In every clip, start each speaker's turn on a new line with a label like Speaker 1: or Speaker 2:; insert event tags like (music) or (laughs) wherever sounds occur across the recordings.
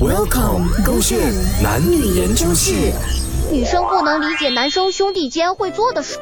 Speaker 1: Welcome，勾线男女研究室。
Speaker 2: 女生不能理解男生兄弟间会做的事。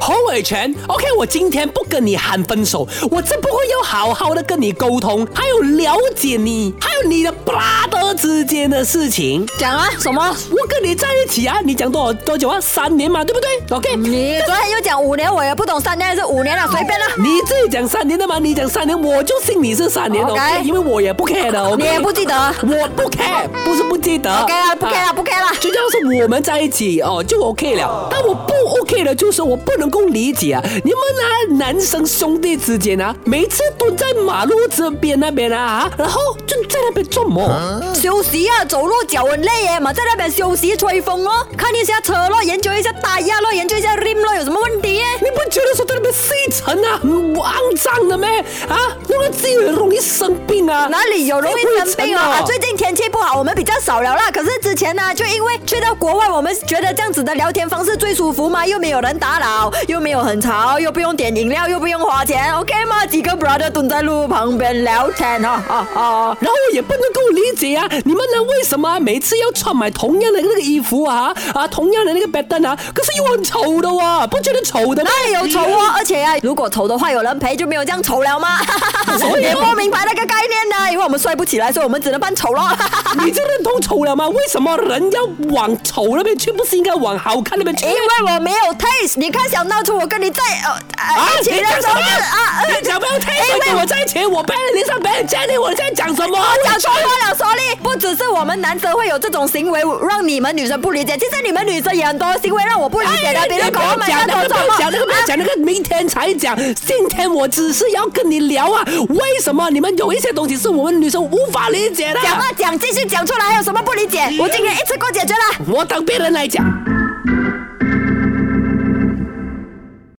Speaker 3: 侯伟全，OK，我今天不跟你喊分手，我只不过要好好的跟你沟通，还有了解你，还有你的 brother 之间的事情。
Speaker 4: 讲啊，什么？
Speaker 3: 我跟你在一起啊，你讲多少多久啊？三年嘛，对不对？OK，
Speaker 4: 你昨天又讲五年，我也不懂三年还是五年了，随便啦。
Speaker 3: 你自己讲三年的嘛，你讲三年，我就信你是三年的
Speaker 4: OK
Speaker 3: ，OK，因为我也不 care 的，OK，
Speaker 4: 你也不记得
Speaker 3: 我不 care，不是不记得
Speaker 4: ，OK 啦，不 care
Speaker 3: 啊
Speaker 4: 啦，不 care 啦。
Speaker 3: 就要是我们在一起哦，就 OK 了。但我不 OK 的就是我不能够理解啊，你们啊男生兄弟之间啊，每次蹲在马路这边那边啊，啊然后就在那边做么？
Speaker 4: 休息啊，走路脚很累耶嘛，在那边休息吹风哦，看一下车咯，研究一下打压咯，研究一下 rim 咯，有什么问题耶？
Speaker 3: 你不觉得说在那边吸尘啊很肮脏的咩？啊，弄得自己很容易生病啊？
Speaker 4: (laughs) 哪里有容易生病啊？
Speaker 3: 啊
Speaker 4: 啊最近天气不好，我们比较少聊啦。可是之前呢、就因为去到国外，我们觉得这样子的聊天方式最舒服嘛，又没有人打扰，又没有很吵，又不用点饮料，又不用花钱，OK 吗？几个 brother 蹲在路旁边聊天啊啊啊！
Speaker 3: 然后我也不能够理解啊，你们呢为什么每次要穿买同样的那个衣服啊啊，同样的那个 b e d 啊，可是又很丑的哇，不觉得丑的吗？
Speaker 4: 哪里有丑哦？而且啊，如果丑的话，有人陪就没有这样丑了吗？ (laughs)
Speaker 3: 所以啊
Speaker 4: 也不明白那个概念呢，因为我们帅不起来，所以我们只能扮丑咯。 (laughs)
Speaker 3: 你这认同丑了吗？为什么人要往丑那边去，不是应该往好看那边去？
Speaker 4: 因为我没有 taste，你看想当初我跟你在呃
Speaker 3: 啊
Speaker 4: 呃一，起
Speaker 3: 你
Speaker 4: 的
Speaker 3: 讲
Speaker 4: 时
Speaker 3: 什
Speaker 4: 候
Speaker 3: 么？
Speaker 4: 是啊，呃
Speaker 3: 你讲不要太水跟我在一起，我被你脸上被人家的，我在讲什么？
Speaker 4: 我讲错话了，sorry。不只是我们男生会有这种行为，让你们女生不理解，其实你们女生也很多行为让我不理解的。比如
Speaker 3: 不
Speaker 4: 狗
Speaker 3: 要
Speaker 4: 们
Speaker 3: 讲
Speaker 4: 那
Speaker 3: 那个，
Speaker 4: 种
Speaker 3: 不
Speaker 4: 什
Speaker 3: 要哎
Speaker 4: 么
Speaker 3: 讲那个，不要
Speaker 4: 啊
Speaker 3: 讲那个，明天才讲。今天我只是要跟你聊啊，为什么你们有一些东西是我们女生无法理解的？
Speaker 4: 讲啊
Speaker 3: 嗯
Speaker 4: 讲，继续讲出来，还有什么不理解？我今天一次过解决了。
Speaker 3: 我等别人来讲。